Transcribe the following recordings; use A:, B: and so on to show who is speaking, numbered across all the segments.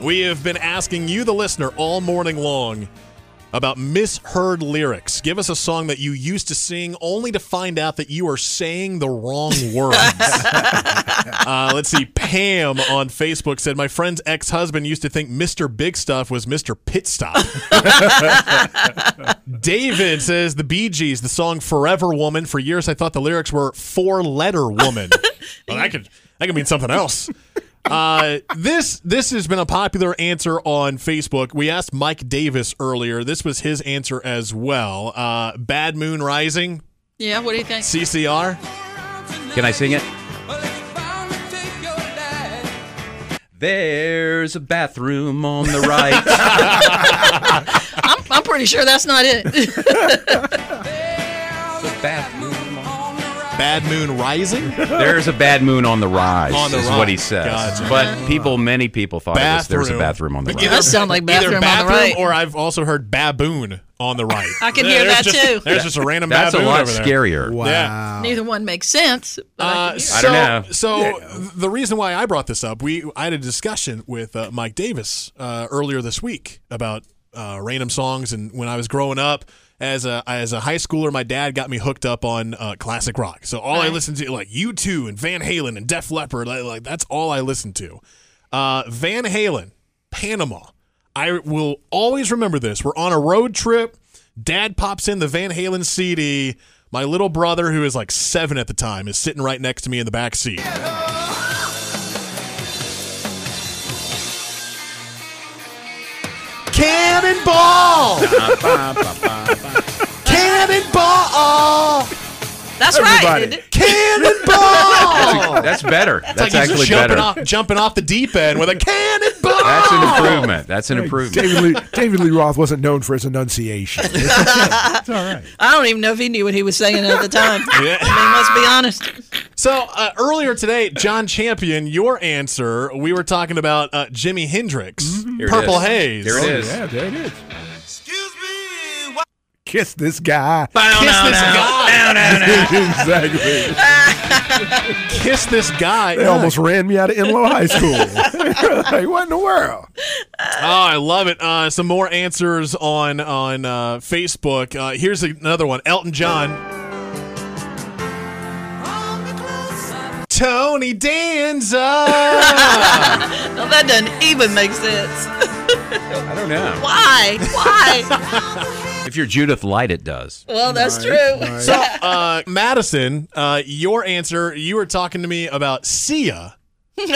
A: We have been asking you, the listener, all morning long about misheard lyrics. Give us a song that you used to sing only to find out that you are saying the wrong words. uh, let's see. Pam on Facebook said, My friend's ex husband used to think Mr. Big Stuff was Mr. Pit Stop. David says, The Bee Gees, the song Forever Woman. For years, I thought the lyrics were Four Letter Woman. well, that could, that could mean something else. Uh, this this has been a popular answer on Facebook. We asked Mike Davis earlier. This was his answer as well. Uh, Bad Moon Rising,
B: Yeah, what do you think?
A: CCR.
C: Can I sing it? There's a bathroom on the right.
B: I'm, I'm pretty sure that's not it.
C: bathroom on-
A: Bad Moon Rising.
C: There's a bad moon on the rise.
A: On the
C: is what he
A: rise.
C: says.
A: Gotcha.
C: But people, many people thought it was there's a
A: Bathroom.
C: bathroom on the
A: But
C: rise.
A: either-
B: does sound like
A: either
B: bathroom on the
A: bathroom
B: right.
A: Or I've also heard baboon on the right.
B: I can hear
A: There's
B: that,
A: just-
B: too.
A: There's just a random
C: That's a
A: baboon
C: lot
A: over there.
C: scarier.
D: Wow.
A: Yeah.
B: Neither one makes sense. But I
A: Uh,
B: can hear
A: so,
B: it.
C: I don't know.
A: So th- the reason why I brought this up, we I had a discussion with uh, Mike Davis uh, earlier this week about uh, random songs, and when I was growing up as a as a high schooler, my dad got me hooked up on uh, classic rock. So all I
B: Right.
A: listened to like U two and Van Halen and Def Leppard, like, like that's all I listened to. Uh, Van Halen, Panama. I will always remember this. We're on a road trip. Dad pops in the Van Halen CD. My little brother, who is like seven at the time, is sitting right next to me in the back seat. Cannonball! Cannonball!
B: That's
D: Everybody.
B: right.
A: Cannonball!
C: That's better. That's
A: It's like he's
C: actually
A: just jumping
C: better.
A: off, Oh. jumping off the deep end with a cannonball.
C: That's an improvement. That's an improvement.
D: David Lee, David Lee Roth wasn't known for his enunciation. it's all right.
B: I don't even know if he knew what he was saying at the time.
A: Yeah.
B: I mean, let's be honest.
A: So uh, earlier today, John Champion, your answer, we were talking about uh, Jimi Hendrix,
C: Mm-hmm. Here it
A: Purple
C: is.
A: Haze.
C: Here it is.
D: Oh, Yeah, there it is. Kiss this guy.
A: Kiss this guy.
D: exactly.
A: Kiss this guy.
D: They almost ran me out of Enlow High School. like, what in the world?
A: Oh, I love it. Uh, some more answers on on uh, Facebook. Uh, here's another one. Elton John. Tony Danza.
B: Now, that doesn't even make sense.
C: I don't know.
B: Why? Why?
C: If you're Judith Light, it does.
B: well, that's true.
A: so, uh, Madison, uh, your answer. You were talking to me about Sia.
B: Uh-huh.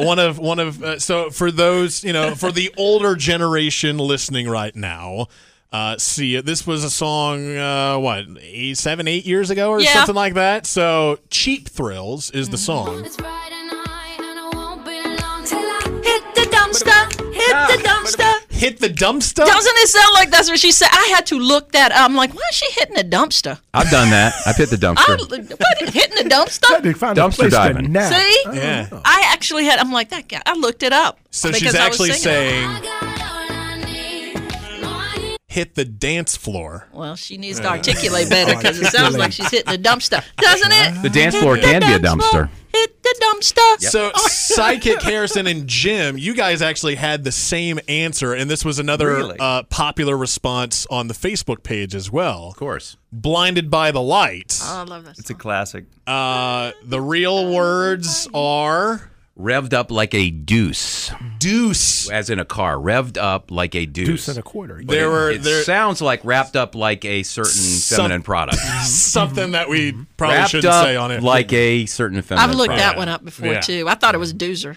A: uh, one of one of uh, so for those you know for the older generation listening right now uh see this was a song uh what eight, seven eight years ago or
B: Yeah.
A: something like that so cheap thrills is the song
B: Mm-hmm.
E: It's Friday night and I won't be long till I hit the dumpster. Hit the dumpster.
A: hit the dumpster
B: Doesn't it sound like that's what she said? I had to look that up. I'm like, why is she hitting a dumpster?
C: I've done that. I've hit the
B: I,
C: dumpster.
B: what, hitting a
D: Had
B: dumpster?
D: to find
C: Dumpster
D: a place
C: diving.
D: To nap.
B: See?
A: yeah
B: I actually had, I'm like, that guy, I looked it up.
A: so
B: because
A: she's
B: I was
A: actually
B: singing.
A: saying
E: I got all I need. No, I ain't
A: hit the dance floor
B: Well, she needs to articulate better because it sounds like she's hitting a dumpster, doesn't it?
C: The dance floor
B: Hit the
C: can be a
B: dance
C: dumpster.
B: floor, Hit the dumpster.
A: so psychic harrison and jim you guys actually had the same answer and this was another
C: Really?
A: uh, popular response on the facebook page as well
C: Of course.
A: blinded by the lights
B: Oh, I love that.
C: It's a classic.
A: Uh, the real words are
C: Revved up like a deuce,
A: deuce.
C: as in a car. Revved up like a deuce.
D: Deuce and a quarter.
A: There were
C: it
A: there
C: sounds like wrapped up like a certain
A: Some-
C: feminine product.
A: something that we probably
C: wrapped
A: shouldn't
C: up
A: say on it.
C: like a certain feminine
B: I've looked
C: product.
B: that one up before
A: Yeah.
B: too. I thought it was Doozer.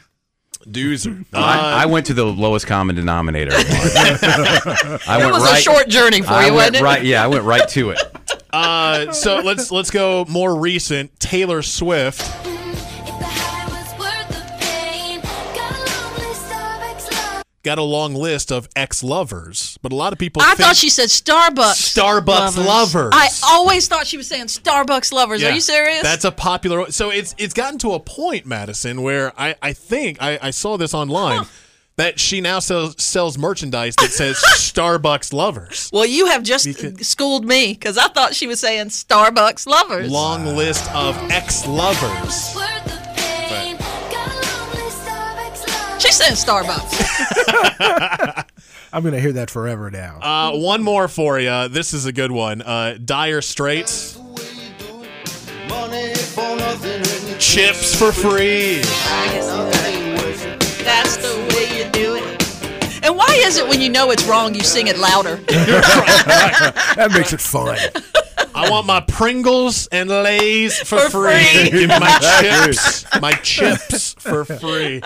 A: doozer. Uh,
C: I, I went to the lowest common denominator. I
B: It
C: went
B: was
C: right,
B: a short journey for
C: I
B: you,
C: went
B: wasn't it?
C: right, yeah, I went right to it.
A: Uh, so let's let's go more recent. Taylor Swift.
E: if the high was worth the pain. Got a long list of
A: Got a long list of
E: ex-lovers.
A: ex lovers, but a lot of people.
B: I
A: think
B: thought she said Starbucks.
A: Starbucks lovers.
B: I always thought she was saying Starbucks lovers.
A: Yeah.
B: Are you serious?
A: That's a popular. So it's it's gotten to a point, Madison, where I I think I, I saw this online. That she now sells sells merchandise that says Starbucks lovers.
B: well, you have just schooled me because I thought she was saying Starbucks lovers.
A: long list of ex lovers.
E: Worth the pain. Got a long list of ex-lovers.
B: She's saying Starbucks.
D: I'm going to hear that forever now.
A: Uh, one more for you. This is a good one. Uh, dire Straits. Chips for free.
B: That's the way you do it. And why is it when you know it's wrong, you sing it louder?
D: that makes it fun.
A: I want my Pringles and Lay's for,
B: For
A: free.
B: free.
A: Give me my chips. My chips for free.